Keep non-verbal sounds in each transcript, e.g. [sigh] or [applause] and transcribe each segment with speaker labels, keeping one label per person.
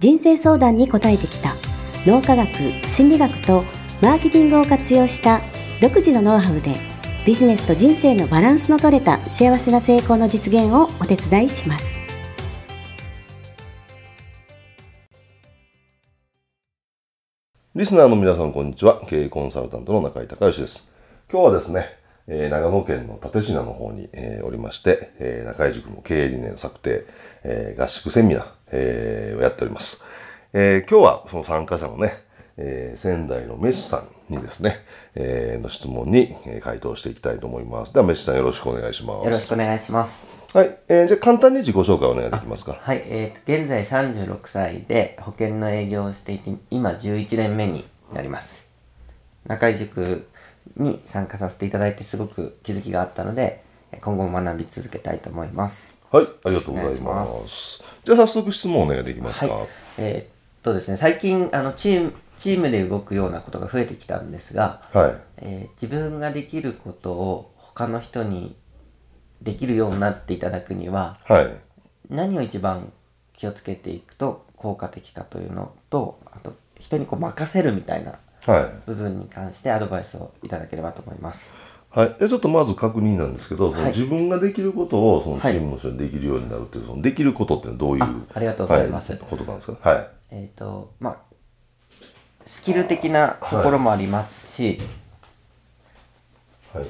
Speaker 1: 人生相談に応えてきた脳科学心理学とマーケティングを活用した独自のノウハウでビジネスと人生のバランスの取れた幸せな成功の実現をお手伝いします。
Speaker 2: リスナーの皆さん、こんにちは。経営コンサルタントの中井隆義です。今日はですね、えー長野県の立科の方に、えーおりまして、えー中井塾の経営理念策定、えー合宿セミナー、えーをやっております。えー今日はその参加者のね、えー仙台のメッシさんにですね、えーの質問にえー回答していきたいと思います。では、メッシさんよろしくお願いします。
Speaker 3: よろしくお願いします。
Speaker 2: はい。えーじゃあ、簡単に自己紹介お願いできますか。
Speaker 3: はい、えーと、現在36歳で保険の営業をしていて、今11年目になります。中井塾に参加させていただいてすごく気づきがあったので、今後も学び続けたいと思います。
Speaker 2: はい。ありがとうござい
Speaker 3: お願
Speaker 2: ま。
Speaker 3: いします
Speaker 2: じゃあ、早速質問お願いできますか。
Speaker 3: はい、えーっとですね最近あのチームチームで動くようなことが増えてきたんですが、
Speaker 2: はい
Speaker 3: えー自分ができることを他の人にできるようになっていただくには
Speaker 2: はい。
Speaker 3: 何を一番気をつけていくと効果的かというのとあと人にこう任せるみたいな
Speaker 2: はい。
Speaker 3: 部分に関してアドバイスをいただければと思います。
Speaker 2: はい、でちょっとまず確認なんですけど、その
Speaker 3: はい
Speaker 2: 自分ができることをそのチ
Speaker 3: はい
Speaker 2: ームの人にできるようになるっていう、そのできることってどういう
Speaker 3: あありがとうございます
Speaker 2: はことなんですか、はい、
Speaker 3: えっ、とまあスキル的なところもありますし、
Speaker 2: はい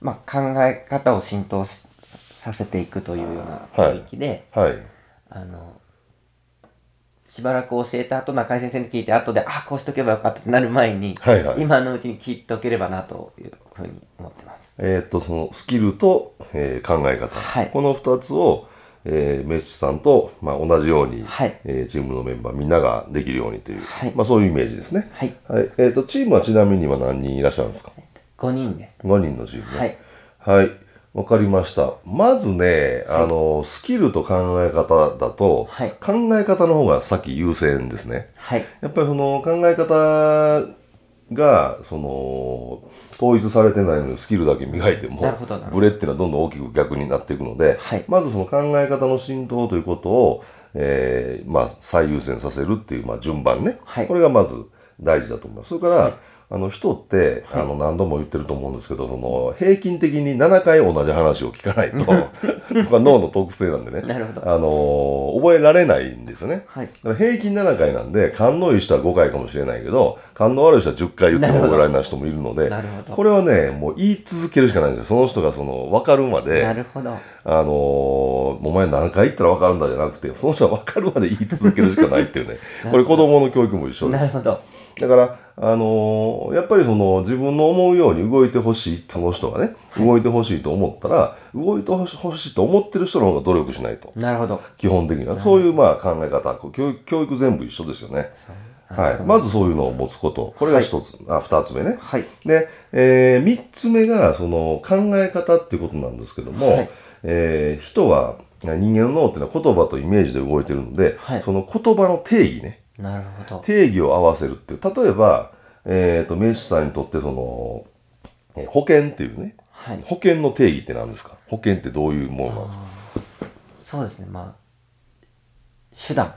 Speaker 3: まあ、考え方を浸透しさせていくというような
Speaker 2: はい
Speaker 3: 領域で、
Speaker 2: はい
Speaker 3: あのしばらく教えた後中井先生に聞いて後であこうしとけばよかったってなる前に、
Speaker 2: はいはい
Speaker 3: 今のうちに聞いておければなというふうに思ってます。
Speaker 2: えーっとそのスキルと、えー考え方、
Speaker 3: はい
Speaker 2: この2つを、えーメッシさんと、まあ、同じように、
Speaker 3: はい
Speaker 2: えーチームのメンバーみんなができるようにという、
Speaker 3: はい
Speaker 2: まあ、そういうイメージですね、
Speaker 3: はい
Speaker 2: えーっとチームはちなみに今何人いらっしゃるんですか
Speaker 3: 5人です。
Speaker 2: 5人のチームね
Speaker 3: はい
Speaker 2: はい。わかりました。まずね、あの、スキルと考え方だと、
Speaker 3: はい
Speaker 2: 考え方の方がさっき優先ですね。
Speaker 3: はい。
Speaker 2: やっぱりその考え方が、その、統一されてないのにスキルだけ磨いても
Speaker 3: なるほどなる、ほど
Speaker 2: ブレっていうのはどんどん大きく逆になっていくので、
Speaker 3: はい
Speaker 2: まずその考え方の浸透ということを、えーまあ、最優先させるっていう、まあ、順番ね、
Speaker 3: はい
Speaker 2: これがまず大事だと思います。それから、あの人って、あの何度も言ってると思うんですけど、その平均的に7回同じ話を聞か
Speaker 3: [laughs]
Speaker 2: ないと、まあ脳の特性なんでね、
Speaker 3: なるほど
Speaker 2: あの覚えられないんですよね。
Speaker 3: はい
Speaker 2: だから平均7回なんで、感のいい人は5回かもしれないけど、感の悪い人は10回言っても
Speaker 3: なるほど
Speaker 2: 覚えられない人もいるので
Speaker 3: なるほ、ど
Speaker 2: これはね、もう言い続けるしかないんですよ。その人がその分かるまで、
Speaker 3: なるほど。
Speaker 2: あのーお前何回言ったら分かるんだじゃなくて、その人は分かるまで言い続けるしかないって
Speaker 3: [laughs]
Speaker 2: いうね。これ子供の教育も一緒で
Speaker 3: なる
Speaker 2: す。
Speaker 3: ほど。
Speaker 2: だから、あのーやっぱりその自分の思うように動いてほしい、その人がね、動いてほしいと思ったら、動いてほしほしいと思ってる人の方が努力しないと。
Speaker 3: なるほど。
Speaker 2: 基本的には。そういうまあ考え方、こう教育教育全部一緒ですよね。はい。まずそういうのを持つこと。これが一つ、あ、二つ目ね。
Speaker 3: はい。
Speaker 2: で、えー三つ目が、その、考え方っていうことなんですけども、
Speaker 3: はい
Speaker 2: えー人は、人間の脳っていうのは言葉とイメージで動いてるので、
Speaker 3: はい
Speaker 2: その言葉の定義ね、
Speaker 3: なるほど。
Speaker 2: 定義を合わせるっていう。例えば、えっ、と、名士さんにとって、その、えー保険っていうね、
Speaker 3: はい。
Speaker 2: 保険の定義って何ですか保険ってどういうものなんですか
Speaker 3: そうですね。まあ、手段、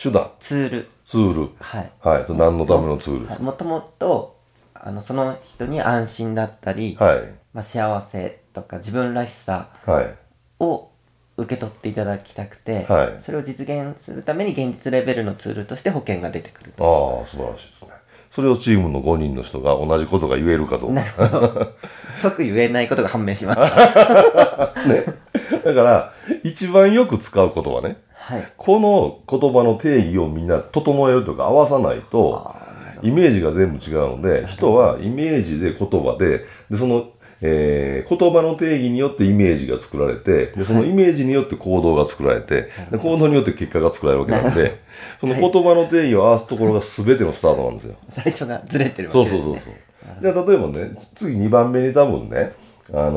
Speaker 2: 手段、
Speaker 3: ツール。
Speaker 2: ツール。
Speaker 3: はい。
Speaker 2: はい。それ何のためのツールです
Speaker 3: はいもともと、あの、その人に安心だったり、
Speaker 2: かはい。
Speaker 3: まあ、幸せとか自分らしさ
Speaker 2: はい。
Speaker 3: を受け取っていただきたくて、
Speaker 2: はい
Speaker 3: それを実現するために現実レベルのツールとして保険が出てくると。
Speaker 2: ああ、素晴らしいですね。それをチームの5人の人が同じことが言えるかどうか。
Speaker 3: なるほど。即言えないことが判明しました。
Speaker 2: だから、一番よく使う言葉ね。
Speaker 3: はい。
Speaker 2: この言葉の定義をみんな整えるとか合わさないと、イメージが全部違うので、人はイメージで言葉で、で、その、えー言葉の定義によってイメージが作られて、でそのイメージによって行動が作られて、で行動によって結果が作られるわけなんで、その言葉の定義を合わすところが全てのスタートなんですよ。
Speaker 3: 最初がずれてるわけ
Speaker 2: そう
Speaker 3: です、
Speaker 2: そ
Speaker 3: ね、
Speaker 2: うそうそう。じゃあ例えばね、つ次2番目に多分ね、あの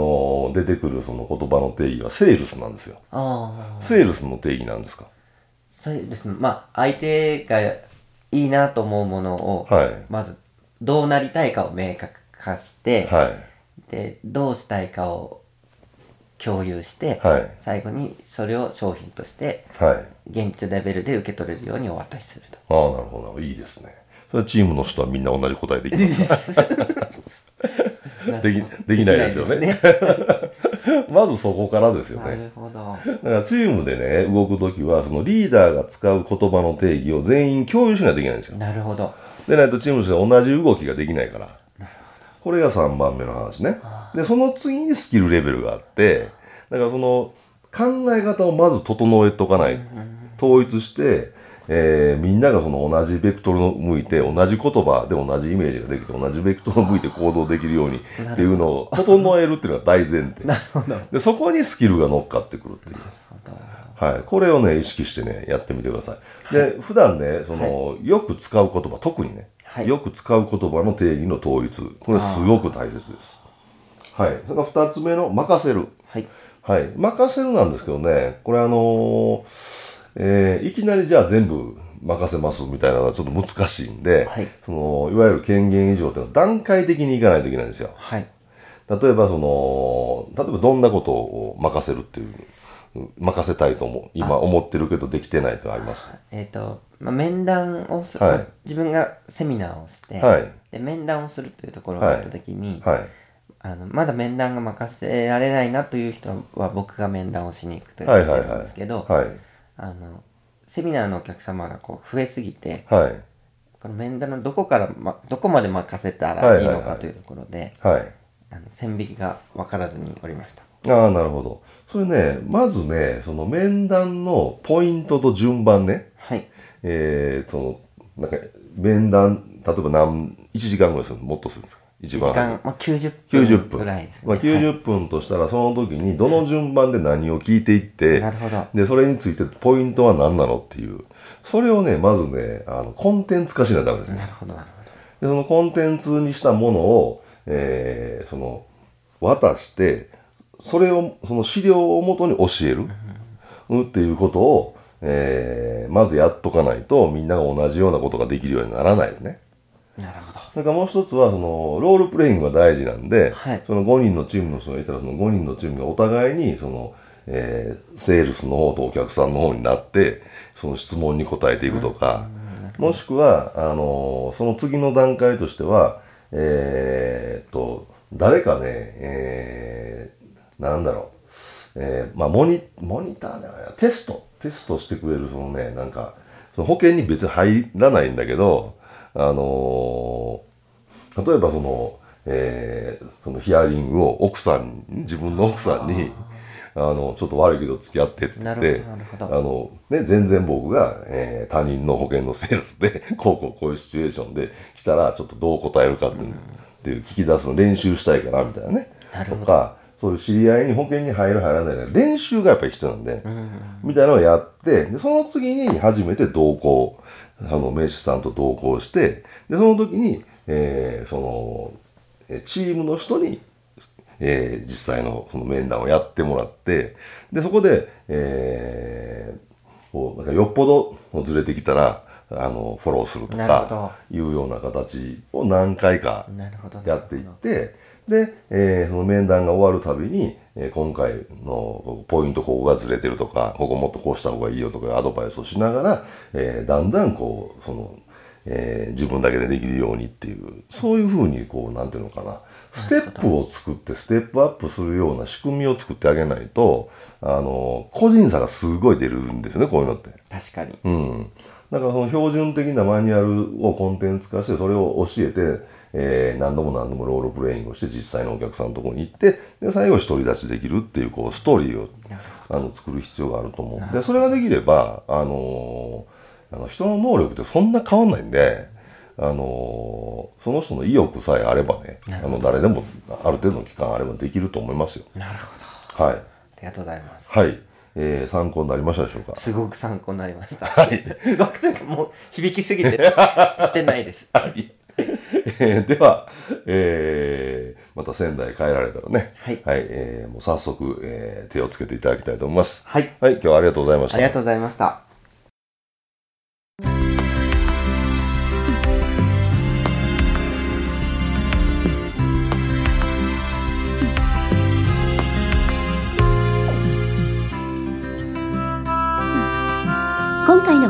Speaker 2: ー出てくるその言葉の定義はセールスなんですよ。
Speaker 3: ああ
Speaker 2: セールスの定義なんですか
Speaker 3: そうですねまあ相手がいいなと思うものを、
Speaker 2: はい
Speaker 3: まずどうなりたいかを明確化して、
Speaker 2: はい。
Speaker 3: でどうしたいかを共有して、
Speaker 2: はい
Speaker 3: 最後にそれを商品として
Speaker 2: はい。
Speaker 3: 現地レベルで受け取れるようにお渡しすると
Speaker 2: ああ、なるほどなるほど。いいですね。それはチームの人はみんな同じ答えできますか [laughs] できできないですよね
Speaker 3: できないですね
Speaker 2: [laughs] まずそこからですよ
Speaker 3: な
Speaker 2: ね。
Speaker 3: るほど
Speaker 2: だからチームでね、動くときは、そのリーダーが使う言葉の定義を全員共有しないといけないんですよ。
Speaker 3: なるほど
Speaker 2: でないとチームとして同じ動きができないから。これが3番目の話ね。で、その次にスキルレベルがあって、だからその考え方をまず整えとかない。統一して、えーみんながその同じベクトルを向いて、同じ言葉で同じイメージができて、同じベクトルを向いて行動できるようにっていうのを整えるっていうのが大前提。なるほど。で、そこにスキルが乗っかってくるっていう。はい、これをね意識してねやってみてください。で、普段ねその、よく使う言葉特にね、
Speaker 3: はい
Speaker 2: よく使う言葉の定義の統一これすごく大切です。はい、それから2つ目の「任せる」
Speaker 3: はい
Speaker 2: はい「任せる」なんですけどねこれあのーえーいきなりじゃあ全部任せますみたいなのはちょっと難しいんで、
Speaker 3: はい
Speaker 2: そのいわゆる権限以上っていうのは段階的にいかないといけないんですよ。
Speaker 3: はい
Speaker 2: 例えばその例えばどんなことを任せるっていううん任せたいと思う今思ってるけどできてないとあります
Speaker 3: えっ、と、まあ、面談をする、
Speaker 2: はい
Speaker 3: まあ自分がセミナーをして、
Speaker 2: はい
Speaker 3: で面談をするというところがあった時に、
Speaker 2: はい
Speaker 3: あのまだ面談が任せられないなという人は僕が面談をしに行くという
Speaker 2: はい
Speaker 3: ステ
Speaker 2: はい
Speaker 3: ップ
Speaker 2: は
Speaker 3: なん
Speaker 2: い
Speaker 3: ですけど、
Speaker 2: はい
Speaker 3: あのセミナーのお客様がこう増えすぎて
Speaker 2: はい
Speaker 3: この面談のどこから、ま、どこまで任せたらいいのかというところで、
Speaker 2: はい
Speaker 3: あの線引きが分からずにおりました
Speaker 2: ああなるほどそれねまずねその面談のポイントと順番ね
Speaker 3: はい
Speaker 2: えー、そのなんか面談例えば何1時間ぐらいするもっとするんですか一
Speaker 3: 時
Speaker 2: 番
Speaker 3: 間、まあ、90
Speaker 2: 90
Speaker 3: 分
Speaker 2: 分
Speaker 3: ぐらいですね
Speaker 2: まあ、90分としたらその時にどの順番で何を聞いていって、
Speaker 3: なるほど
Speaker 2: でそれについてポイントは何なのっていうそれをねまずねあのコンテンツ化しないとダメですね
Speaker 3: なるほどなる
Speaker 2: でそのコンテンツにしたものを、えーその渡してそれをその資料をもとに教える、うんっていうことを、えーまずやっとかないとみんなが同じようなことができるようにならないですね。
Speaker 3: ほどなるほど
Speaker 2: なんかもう一つはそのロールプレイングが大事なんで、
Speaker 3: はい
Speaker 2: その5人のチームの人がいたらその5人のチームがお互いにその、えーセールスの方とお客さんの方になってその質問に答えていくとか、もしくはあのーその次の段階としてはえーっと誰かね、えーなんだろう、えーまあ、モニモニターではないテストテストしてくれるそのねなんかその保険に別に入らないんだけどあのー例えばその、えーそのヒアリングを奥さんに自分の奥さんにあのちょっと悪いけど付き合ってって言って
Speaker 3: なるほ
Speaker 2: あ
Speaker 3: どなる
Speaker 2: の、ね、全然僕が、えー他人の保険のセールスで [laughs] こうこうこういうシチュエーションで来たらちょっとどう答えるかっていう,、っていう聞き出すの練習したいかなみたいなねとかそういう知り合いに保険に入る入らないで練習がやっぱり必要なんで、みたいなのをやってでその次に初めて同行あの名手さんと同行してでその時に、えーそのえーチームの人に、えー実際のその面談をやってもらってでそこで、えーこうなんかよっぽどずれてきたらあのフォローすると
Speaker 3: なるほど
Speaker 2: かいうような形を何回か
Speaker 3: なるほど
Speaker 2: やっていってで、えーその面談が終わるたびに、えー今回のポイントここがずれてるとかここもっとこうした方がいいよとかアドバイスをしながら、えーだんだんこうその、えー自分だけでできるようにっていうそういうふうにこうなんていうのかなステップを作ってステップアップするような仕組みを作ってあげないとあの個人差がすごい出るんですよねこういうのって。
Speaker 3: 確かに
Speaker 2: うん、だからその標準的なマニュアルをコンテンツ化してそれを教えて、えー何度も何度もロールプレイングをして実際のお客さんのところに行ってで最後独り立ちできるっていうこうストーリーをあの作る必要があると思うでそれができれば、あのーあの人の能力ってそんな変わんないんで。あのーその人の意欲さえあればね、あの誰でもある程度の期間あればできると思いますよ。
Speaker 3: なるほど。
Speaker 2: はい。
Speaker 3: ありがとうござい [laughs] ます。
Speaker 2: はい。えー参考になりましたでしょうか。
Speaker 3: すごく参考になりました。すごくというかもう響きす [laughs] ぎて、立てないです。
Speaker 2: はい。えー [laughs] では、えーまた仙台帰られたらね、
Speaker 3: はい
Speaker 2: えーもう早速、えー手をつけていただきたいと思います。
Speaker 3: はい。
Speaker 2: はい、今日はありがとうございまし
Speaker 3: あ
Speaker 2: た。
Speaker 3: りがとうございました。
Speaker 1: 今回の